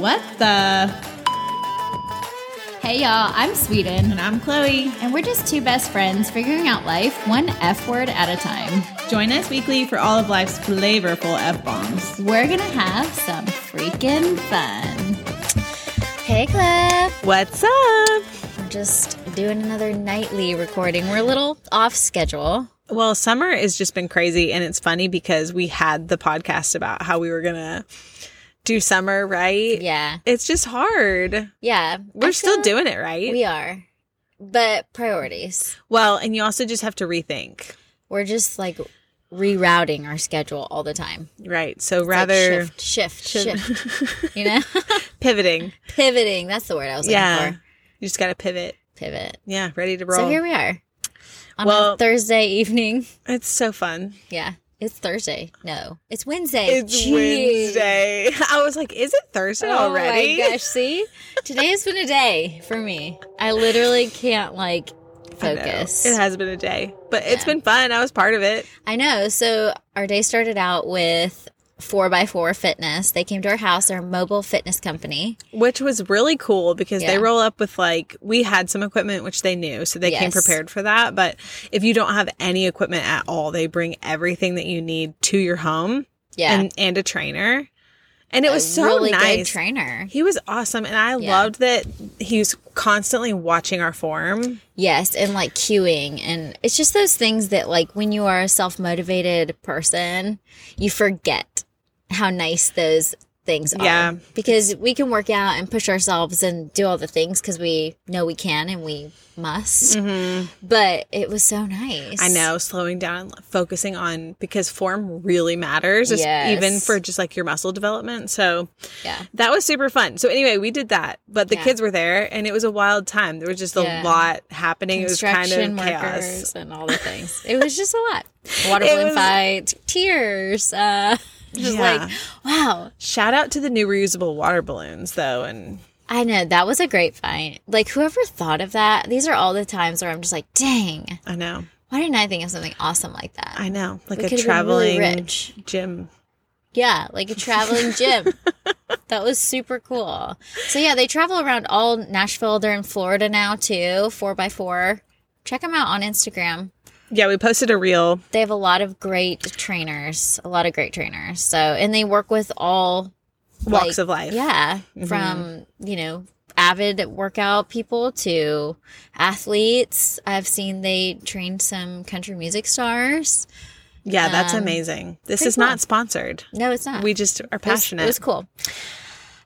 What the? Hey y'all, I'm Sweden, And I'm Chloe. and we're just two best friends figuring out life one F word at a time. Join us weekly for all of life's flavorful F bombs. We're gonna have some freaking fun. Hey, Cliff. What's up? We're just doing another nightly recording. We're a little off schedule. Well, summer has just been crazy, and it's funny because we had the podcast about how we were gonna do summer, right? Yeah. It's just hard. Yeah. We're I still feel- doing it, right? We are. But priorities. well, and you also just have to rethink, We're just like rerouting our schedule all the time. right? So It's like rather shift, shift, shift, you know? pivoting, Pivoting. That's the word I was looking yeah. for. You just gotta pivot. Pivot. Yeah, ready to roll. So here we are on Well- a Thursday evening. it's so fun. Yeah. It's Thursday. No, it's Wednesday. It's Jeez. Wednesday. I was like, is it Thursday already? Oh my gosh, see? Today has been a day for me. I literally can't like I know. focus. It has been a day, but it's been fun. I was part of it. I know. So our day started out with 4x4 Fitness. They came to our house, our mobile fitness company. Which was really cool because they Yeah. roll up with like, we had some equipment, which they knew. So they came Yes. prepared for that. But if you don't have any equipment at all, they bring everything that you need to your home Yeah. and, and a trainer. And it was so really good nice. trainer. he was awesome. And I Yeah. loved that he was constantly watching our form. Yes, and like queuing and it's just those things that like when you are a self-motivated person, you forget how nice those things are. Yeah. Because we can work out and push ourselves and do all the things cuz we know we can and we must. But it was so nice. Mm-hmm. I know, slowing down and l- focusing on because form really matters, es- Yes. even for just like your muscle development. So Yeah. that was super fun. So anyway, we did that, but the Yeah. kids were there, and it was a wild time. There was just a Yeah. lot happening. It was kind Construction of chaos. workers and all the things. It was just a lot. Water It balloon was- fight, tears. Uh, just Yeah. like, wow, Shout out to the new reusable water balloons, though, and I know that was a great find. Like whoever thought of that. These are all the times where I'm just like, dang, I know, why didn't I think of something awesome like that? I know, like We a could have been really traveling rich. gym. Yeah, like a traveling gym. that was super cool. So yeah, they travel around all Nashville. They're in Florida now too. Four by four. Check them out on Instagram. Yeah, we posted a reel. They have a lot of great trainers. A lot of great trainers. So and they work with all Walks like- of life. Mm-hmm. Yeah, from you know avid workout people to athletes. I've seen they train some country music stars. yeah, that's Um, amazing. This pretty is cool. not sponsored. No, it's not. We just are It was- passionate. It was, cool.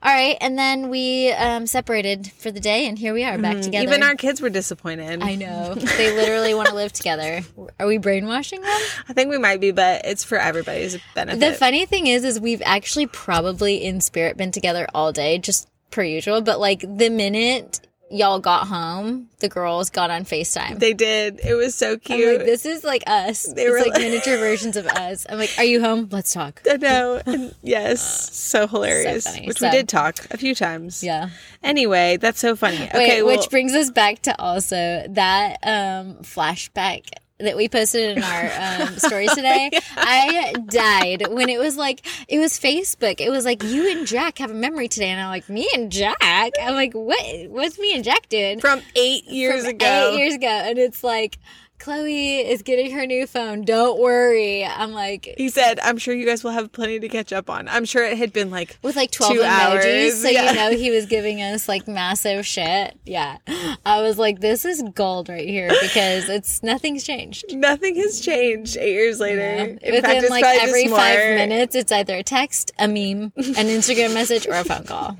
All right, and then we um, separated for the day, and here we are back together. Mm-hmm. Even our kids were disappointed. I know they literally want to live together. Are we brainwashing them? I think we might be, but it's for everybody's benefit. The funny thing is, is we've actually probably in spirit been together all day, just per usual. But like the minute y'all got home, the girls got on Facetime. they did. It was so I'm cute. like, this is like us. They were it's like like- miniature versions of us. I'm like, are you home? Let's talk. I know. And yes, so hilarious. funny. Which So- we did talk a few times. Yeah. Anyway, that's so funny. Wait, okay, well, which brings us back to also that um, flashback that we posted in our um, stories today. I died when it was like it was Facebook. It was like you and Jack have a memory today, and I'm like me and Jack. I'm like what? What's me and Jack doing? from eight years from ago. Eight years ago, and it's like Chloe is getting her new phone. Don't worry. I'm like. he said, "I'm sure you guys will have plenty to catch up on." I'm sure it had been like With like 12 Two emojis. hours, so yeah. you know he was giving us like massive shit. Yeah. I was like, this is gold right here because it's nothing's changed. nothing has changed eight years later. Yeah. In Within fact, it's like probably just every five more- minutes, it's either a text, a meme, an Instagram message, or a phone call.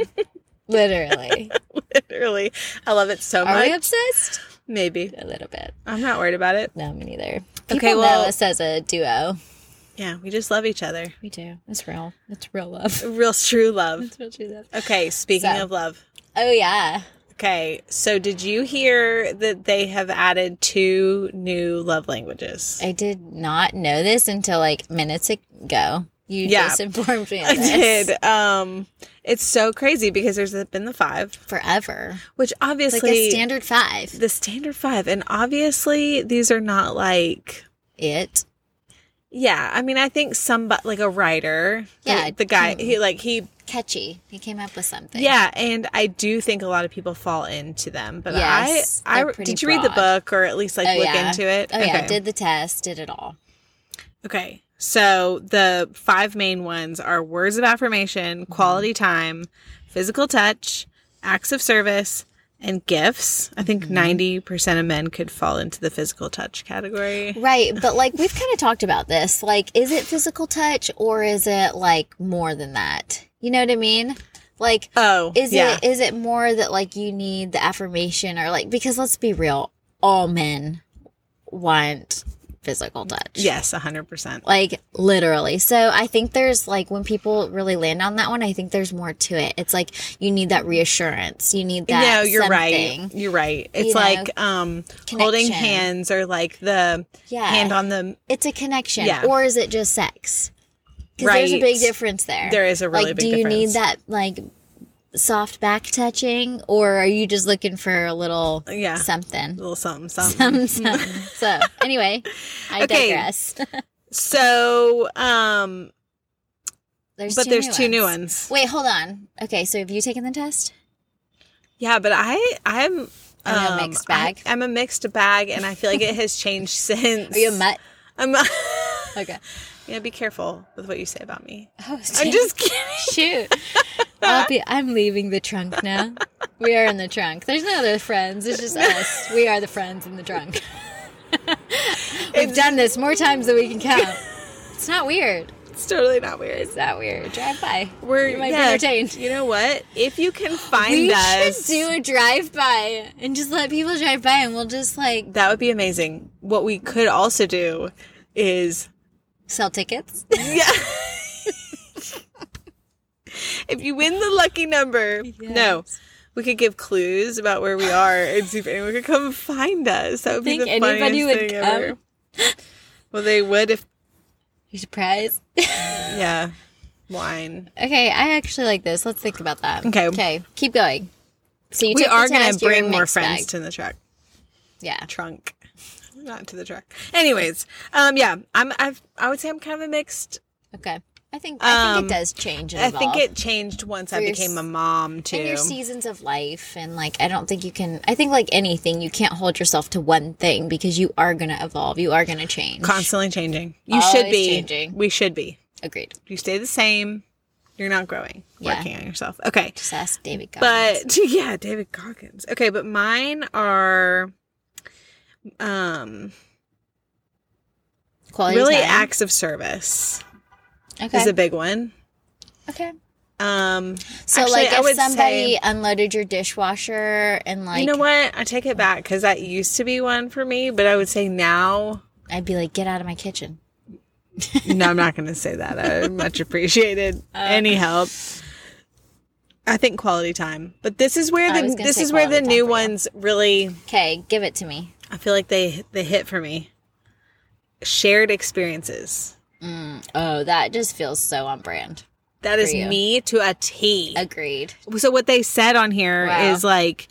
Literally. Literally, I love it so Are we much. obsessed? Maybe A little bit. I'm not worried about it. No, me neither. People Okay, well- know us as a duo. Yeah, we just love each other. We do. It's real. It's real love. Real true love. It's real true love. Okay, speaking So- of love. Oh yeah. Okay, so did you hear that they have added two new love languages? I did not know this until like minutes ago. You Yeah. just informed me. Of I this. did. Um, it's so crazy because there's been the five, forever. which It's obviously like a standard five. the standard five, and obviously these are not like It Yeah, I mean, I think some but like a writer. Yeah, the, the guy he like he. Catchy. He came up with something. Yeah, and I do think a lot of people fall into them. But Yes, I, they're I pretty did you read the broad. book or at least like Oh, look yeah. into it? Oh yeah. Did the test. Did it all. Okay. So the five main ones are words of affirmation, Mm-hmm. quality time, physical touch, acts of service, and gifts. I Mm-hmm. think 90% of men could fall into the physical touch category. Right, but like we've kind of talked about this. Like, is it physical touch or is it like more than that? You know what I mean? Like, Oh, is yeah. it is it more that like you need the affirmation or like because let's be real, all men want physical touch. Yes, 100%. Like literally. So I think there's like when people really land on that one, I think there's more to it. It's like you need that reassurance. You need that. no, you're something. right. You're right. It's You know, like um holding connection. hands or like the Yeah. hand on the it's a connection Yeah. or is it just sex because there's a Right. big difference there There is a really like big do you difference. need that like soft back touching or are you just looking for a little Yeah. something little something something. Some- some. so anyway i Okay. digress So, um there's but two there's new two new ones. ones. wait hold on okay so have you taken the test Yeah, but I I'm um, Are you a mixed bag? I, am a mixed bag, and I feel like it has changed since. are you a mutt I'm a- okay yeah, be careful with what you say about me. oh, I'm just kidding. shoot I'll be, i'm leaving the trunk now we are in the trunk there's no other friends it's just us we are the friends in the trunk We've done this more times than we can count. It's not weird. It's totally not weird. It's not weird. Drive by. We're you might yeah, be entertained. You know what? If you can find We us, should do a drive by and just let people drive by, and we'll just like that would be amazing. What we could also do is sell tickets. yeah. if you win the lucky number, no. We could give clues about where we are and see if anyone could come find us. That would be think the funniest anybody would thing ever. come? Well, they would if You surprised? yeah, wine. okay, I actually like this. Let's think about that. Okay. Okay. Keep going. So you we took the are going to test, you're a bring more mixed friends bag. to the truck. yeah. Trunk, not to the truck. Anyways, um, yeah, I'm. I've, I would say I'm kind of a mixed. Okay. I think I think Um, it does change. And I think evolve. it changed once I For your became s- a mom too. And your seasons of life, and like, I don't think you can. I think like anything, you can't hold yourself to one thing because you are gonna evolve. You are gonna change. Constantly changing. You should Always be. changing. We should be. Agreed. If you stay the same, you're not growing. Yeah. Working on yourself. Okay. Just ask David. Goggins. But yeah, David Goggins. Okay, but mine are um Quality really time. acts of service Okay. is a big one. okay. Um So actually, like, I if would somebody say- unloaded your dishwasher and like, you know what? I take it back cuz that used to be one for me, but I would say now I'd be like, get out of my kitchen. no, I'm not going to say that. I much appreciated Oh. any help. I think quality time. But this is where I was the gonna this say is where the quality time new for you. ones really Okay, give it to me. I feel like they they hit for me. Shared experiences. Oh, that just feels so on brand. That is for you. me to a T. Agreed. So what they said on here is Wow. like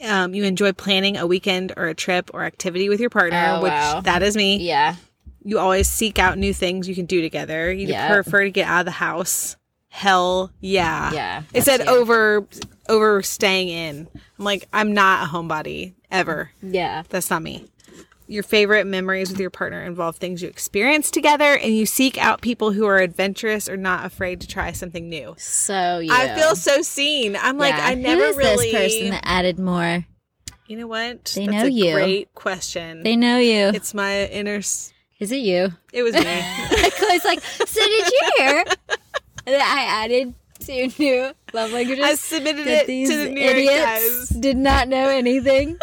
um, you enjoy planning a weekend or a trip or activity with your partner, Oh, which wow. that is me. Yeah. You always seek out new things you can do together. You Yep. prefer to get out of the house. Hell yeah. Yeah, It said that's you. over over staying in. I'm like, I'm not a homebody ever. Yeah. That's not me. Your favorite memories with your partner involve things you experience together and you seek out people who are adventurous or not afraid to try something new. So yeah. I feel so seen. I'm like I never Who is really. this person that added more? you know what? They That's know a you. Great question. They know you. it's my inner. s- is it you? It was me. Chloe's like, so did you hear that I added two new love languages? I submitted that it to the New York Times. did not know anything.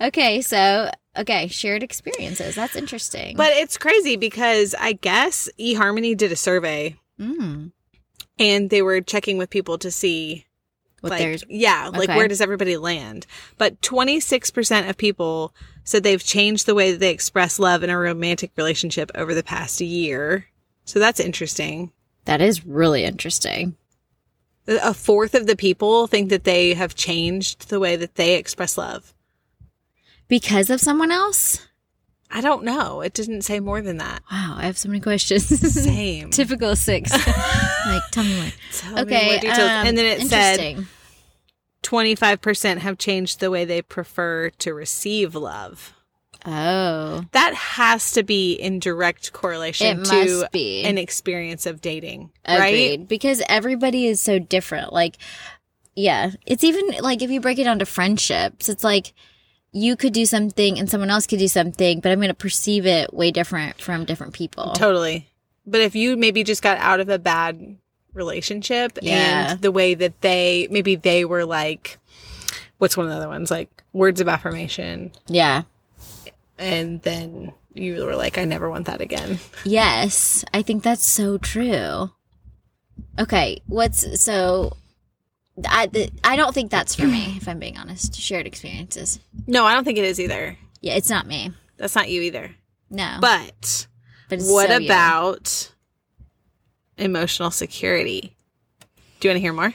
okay, so okay, shared experiences. That's interesting. But it's crazy because I guess eHarmony did a survey Mm, and they were checking with people to see what like there's yeah, like okay. where does everybody land? But 26% of people said they've changed the way that they express love in a romantic relationship over the past year. So that's interesting. that is really interesting. a fourth of the people think that they have changed the way that they express love. Because of someone else? I don't know. It didn't say more than that. Wow, I have so many questions. Same. Typical six. like, tell me more. Tell me okay. more details. um, and then it said interesting. 25% have changed the way they prefer to receive love. Oh. That has to be in direct correlation It to must be. an experience of dating, Agreed. right? Because everybody is so different. Like, yeah, it's even like if you break it down to friendships, it's like you could do something and someone else could do something, but I'm going to perceive it way different from different people. Totally. But if you maybe just got out of a bad relationship Yeah. and the way that they maybe they were like what's one of the other ones like words of affirmation Yeah. and then you were like I never want that again. Yes, I think that's so true. Okay, what's so? I th- I don't think that's for me. If I'm being honest, shared experiences. No, I don't think it is either. Yeah, it's not me. That's not you either. No, But but it's what Oh. so you. about emotional security? Do you want to hear more?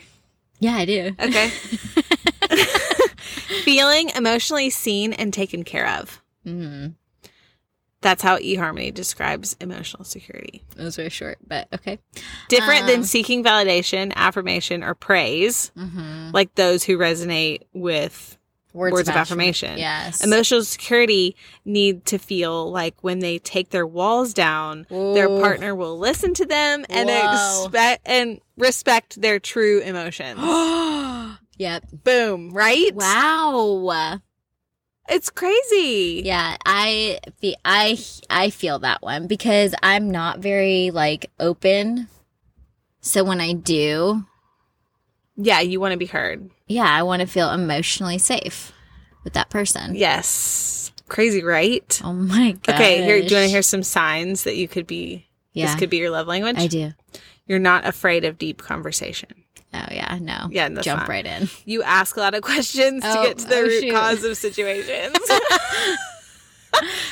Yeah, I do. Okay. Feeling emotionally seen and taken care of. Mm, That's how eHarmony describes emotional security. it was very short, but okay. Different Um. than seeking validation, affirmation, or praise, Mm-hmm. like those who resonate with Words of affirmation. Yes. emotional security need to feel like when they take their walls down, their Ooh. partner will listen to them and Whoa. expect and respect their true emotions. yep. Boom, right? Wow. It's crazy. Yeah, I fe- I I feel that one because I'm not very like open. So when I do, Yeah, you want to be heard. yeah, I want to feel emotionally safe with that person. Yes. Crazy, right? Oh my god. Okay, here do you want to hear some signs that you could be Yeah, this could be your love language? I do. You're not afraid of deep conversation. Oh yeah, no. Yeah, that's jump not- right in. You ask a lot of questions Oh, to get to the oh, root shoot. cause of situations.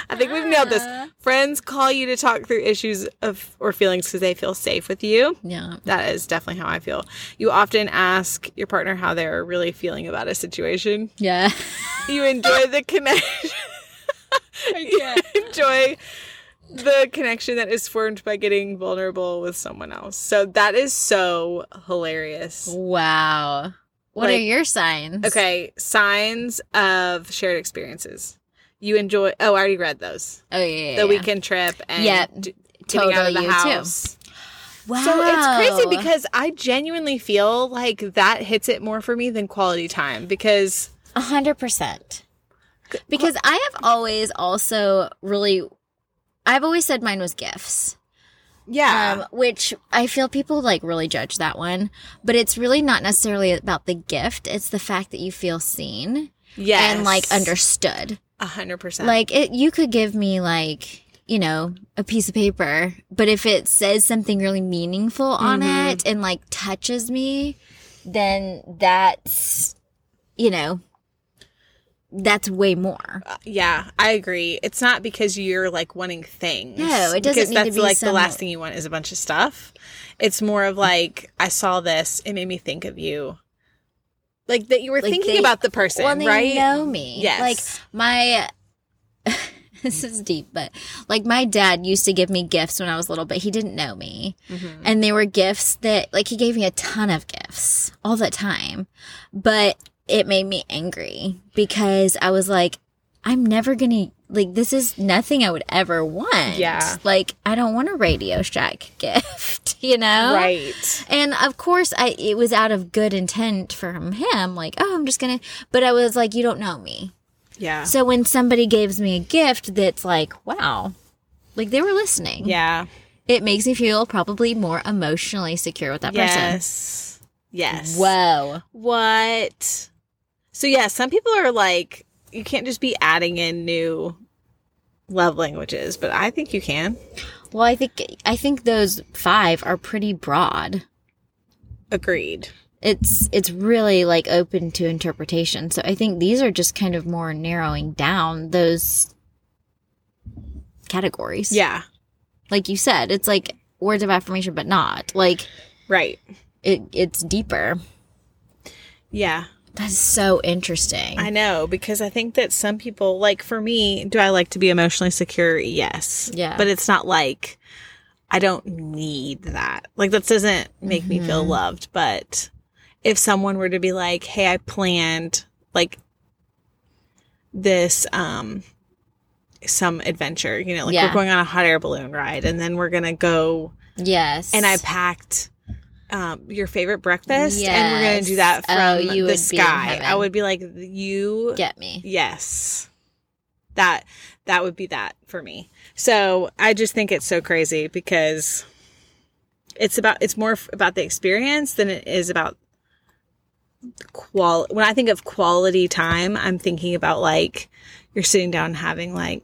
I think we've nailed this. Ah. Friends call you to talk through issues of or feelings because they feel safe with you. Yeah. That is definitely how I feel. You often ask your partner how they're really feeling about a situation. Yeah. You enjoy the connection. enjoy the connection that is formed by getting vulnerable with someone else. So that is so hilarious. Wow. What are Like- your signs? Okay, signs of shared experiences. You enjoy. Oh, I already read those. Oh yeah. yeah, The yeah. weekend trip and Yeah, d- getting out of totally the you too. house. Wow. So it's crazy because I genuinely feel like that hits it more for me than quality time because A hundred percent. Because I have always also really, I've always said mine was gifts, yeah, um, which I feel people like really judge that one, but it's really not necessarily about the gift. It's the fact that you feel seen yes, and like understood. a hundred percent. Like it, you could give me like, you know, a piece of paper, but if it says something really meaningful on Mhm. it and like touches me, then that's, you know, that's way more. Yeah, I agree. It's not because you're like wanting things. No, it doesn't Because need to that's be like some- the last thing you want is a bunch of stuff. It's more of like I saw this, it made me think of you. Like that you were Like, thinking they- about the person, Well, they right? know me. Yes. Like my this is deep, but like my dad used to give me gifts when I was little, but he didn't know me. Mhm. And they were gifts that like he gave me a ton of gifts all the time. But it made me angry because I was like, I'm never gonna like this is nothing I would ever want. Yeah. Like I don't want a Radio Shack gift, you know? Right. And of course, I it was out of good intent from him, like, oh, I'm just gonna. But I was like, you don't know me. Yeah. So when somebody gives me a gift that's like, wow, like they were listening, Yeah. it makes me feel probably more emotionally secure with that Yes. Yes. person. Whoa. What? So yeah, some people are like you can't just be adding in new love languages, but I think you can. Well, I think I think those five are pretty broad. Agreed. It's it's really like open to interpretation. So I think these are just kind of more narrowing down those categories. Yeah. like you said, it's like words of affirmation, but not like Right. it. It's deeper. Yeah. That's so interesting. I know because I think that some people like for me, do I like to be emotionally secure? Yes. Yeah. But it's not like I don't need that. Like that doesn't make me Mm-hmm. feel loved, but if someone were to be like, "Hey, I planned like this um some adventure, you know, like Yeah. we're going on a hot air balloon ride and then we're going to go yes. and I packed um, your favorite breakfast, and we're gonna do that Yes. from Oh, the you would be in sky. heaven. I would be like, you, get me. yes, that that would be that for me. So I just think it's so crazy because it's about it's more f- about the experience than it is about qual. When I think of quality time, I'm thinking about like you're sitting down and having like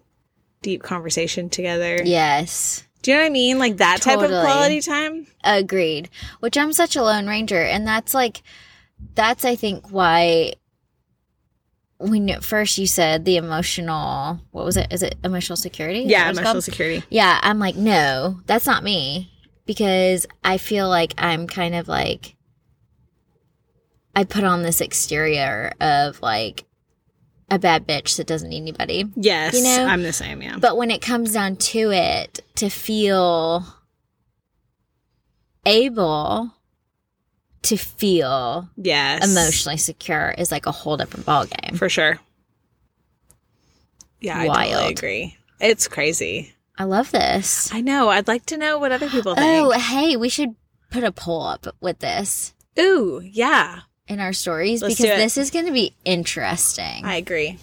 deep conversation together. Yes. Do you know what I mean? Like that type of Totally. quality time. Agreed. Which I'm such a lone ranger, and that's like, that's I think why. When at first you said the emotional, what was it? Is it emotional security? Is that Yeah, what it's emotional called? security. Yeah, I'm like, no, that's not me. Because I feel like I'm kind of like, I put on this exterior of like a bad bitch that doesn't need anybody. Yes, You know? I'm the same. Yeah, But when it comes down to it, to feel able to feel yes, emotionally secure is like a whole different ballgame. for sure. Yeah, I totally Wild. agree. It's crazy. I love this. I know. I'd like to know what other people Oh, think. hey, we should put a poll up with this. Ooh, yeah, in our stories Let's do because it. this is going to be interesting. I agree.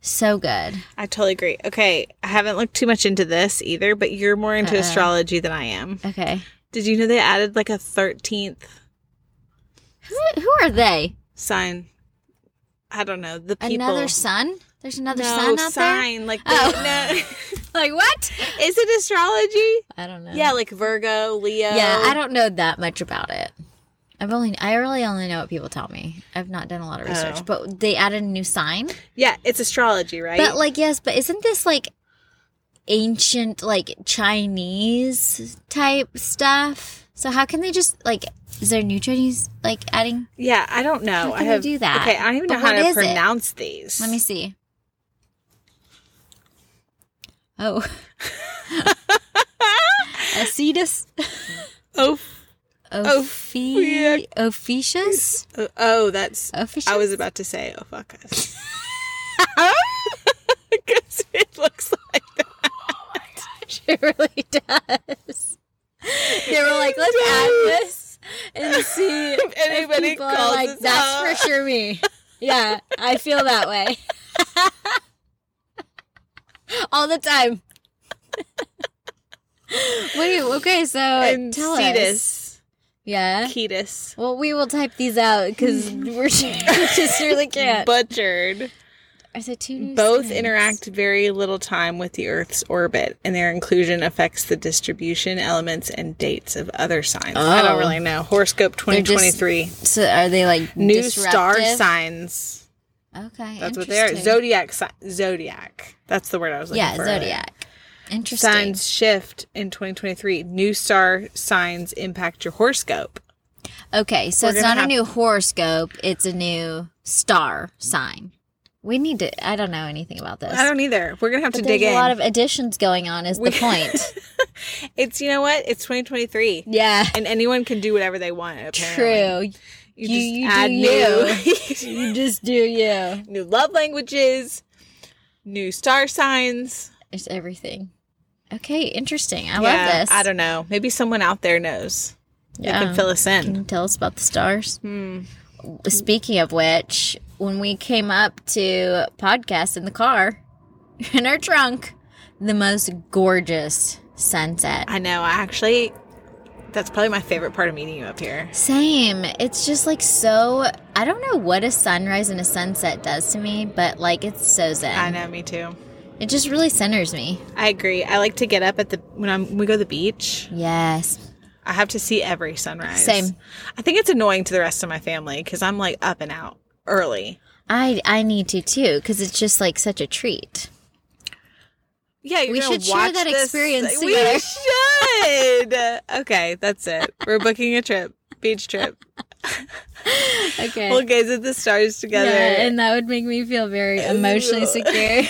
so good. I totally agree. Okay, I haven't looked too much into this either, but you're more into Uh-oh. astrology than I am. Okay. Did you know they added like a thirteenth Who, who are they? sign? I don't know the people. Another sun? There's another no sun out sign like Oh. the- no. there? Like what? is it astrology? I don't know. Yeah, like Virgo, Leo. Uh. Yeah, I don't know that much about it. I've only I really only know what people tell me. I've not done a lot of research, Oh. but they added a new sign. Yeah, it's astrology, right? But like yes, but isn't this like ancient like Chinese type stuff? So how can they just like is there new Chinese like adding? yeah, I don't know. How I can we have, do that? Okay, I don't even But know how what to is it? pronounce these. Let me see. Oh. Acetus. Oh, Ophi- Ophicius? oh, oh, that's. Ophicius? I was about to say oh, ofakas. Because it looks like It really does. They were like, let's add this and see if anybody people calls are like, us that's out." for sure me. Yeah, I feel that way. All the time. Wait, okay, so and tell us. cetus, Yeah. cetus, Well, we will type these out because we're just, we just really can't. butchered. Are there two new Both signs? interact very little time with the Earth's orbit, and their inclusion affects the distribution, elements, and dates of other signs. I Oh. don't really know. Horoscope just 2023. So are they like New star disruptive? signs. Okay, That's what they are. interesting. Zodiac si- zodiac. That's the word I was looking Yeah, for. zodiac. Interesting. Signs shift in 2023. New star signs impact your horoscope. Okay, so We're it's gonna not have- a new horoscope; it's a new star sign. We need to. I don't know anything about this. I don't either. We're gonna have But to there's dig a in. lot of additions going on. Is the point? it's you know what? It's 2023, yeah, and anyone can do whatever they want. Apparently. true. You, You- just you add do new You just do you. new love languages, new star signs. It's everything. Okay, interesting. I Yeah, love this. I don't know. Maybe someone out there knows. Yeah. They can fill us in. Can you tell us about the stars? Speaking of which, when we came up to podcast in the car, in our trunk, the most gorgeous sunset. I know. I actually. That's probably my favorite part of meeting you up here. Same. It's just like so. I don't know what a sunrise and a sunset does to me, but like it's so zen. I know, me too. It just really centers me. I agree. I like to get up at the when I'm when we go to the beach. Yes. I have to see every sunrise. Same. I think it's annoying to the rest of my family because I'm like up and out early. I I need to too because it's just like such a treat. Yeah, you're We gonna should share watch that this- experience We together. should. okay, that's it. We're booking a trip, beach trip. Okay. We'll gaze at the stars together. Yeah, and that would make me feel very emotionally secure.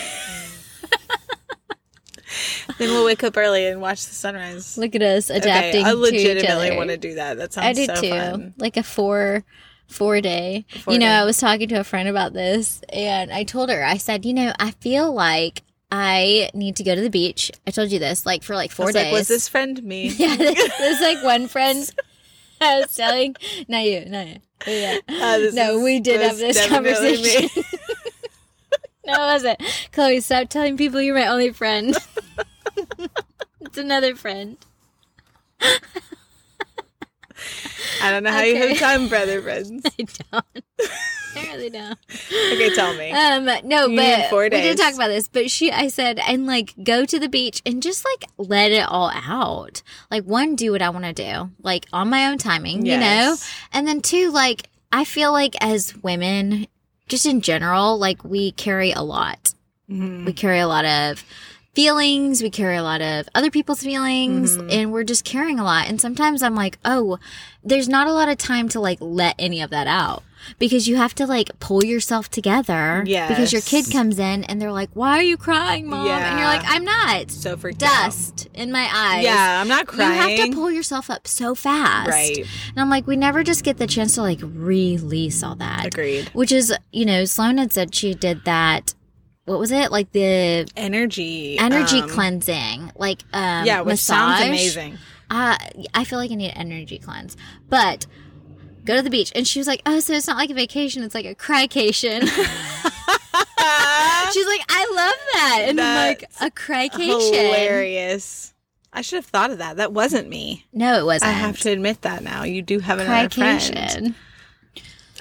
then we'll wake up early and watch the sunrise. Look at us adapting okay, I to each legitimately other. want to do that. That sounds I did so too. fun. Like a four four day. Four you know, day. I was talking to a friend about this and I told her, I said, you know, I feel like I need to go to the beach. I told you this, like for like I four was days. like, was this friend me? yeah, there's like one friend I was telling not you, not you. Yeah. Uh, this no, is- we did have was this definitely me. conversation. no, it wasn't. Chloe, stop telling people you're my only friend. it's another friend. I don't know how you Okay. have time for other friends. I don't. I really don't. Okay, tell me. Um, no, You but need four we did days. talk about this. But she, I said, and like go to the beach and just like let it all out. Like one, do what I want to do, like on my own timing, you know. Yes. And then two, like I feel like as women, just in general, like we carry a lot. Mhm. We carry a lot of feelings. We carry a lot of other people's feelings, Mhm. and we're just carrying a lot. And sometimes I'm like, oh, there's not a lot of time to like let any of that out because you have to like pull yourself together. Because your kid Yes. comes in and they're like, why are you crying, mom? And Yeah. you're like, I'm not. So freaked out. Dust in my eyes. Yeah, I'm not You have crying. to pull yourself up so fast. Right. And I'm like, we never just get the chance to like release all that. Agreed. Which is, you know, Sloan had said she did that. What was it? Like the Energy. energy um, cleansing, like um, Yeah, which massage. sounds amazing. Uh, I feel like I need an energy cleanse, but go to the beach. And she was like, oh, so it's not like a vacation; it's like a crycation. She's like, I love that, and I'm like That's a crycation. Hilarious. I should have thought of that. That wasn't me. No, it wasn't. I have to admit that now. You do have another friend. crycation.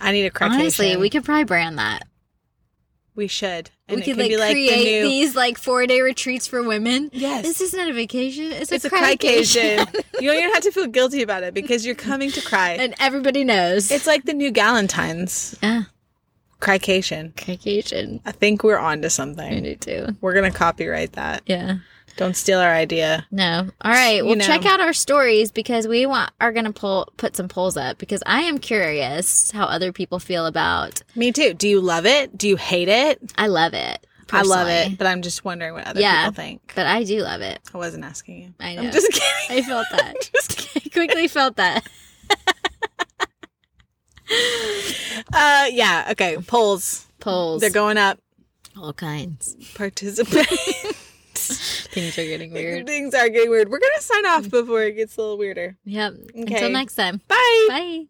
I need a crackation. Honestly, we could probably brand that. we should. And we it could can like be like create the new these like four day retreats for women. Yes. this isn't a vacation; it's, It's a a crycation, crycation. you don't even have to feel guilty about it because you're coming to cry. and everybody knows. It's like the new Galentine's ah, crycation. crycation. I think we're onto I something. do too. We're gonna copyright that. Yeah. Don't steal our idea. No. All right. You Well, check know. out our stories because we want are going to pull put some polls up because I am curious how other people feel about. Me too. Do you love it? Do you hate it? I love it. I love personally, it, but I'm just wondering what other Yeah. people think. but I do love it. I wasn't asking you. I know. I'm just kidding. I felt that. I quickly felt that. Uh, yeah. Okay. Polls. Polls. They're going up. all kinds. Participate. Things are getting weird. Things are getting weird. We're gonna sign off before it gets a little weirder. Yep. Okay. Until next time. Bye. Bye.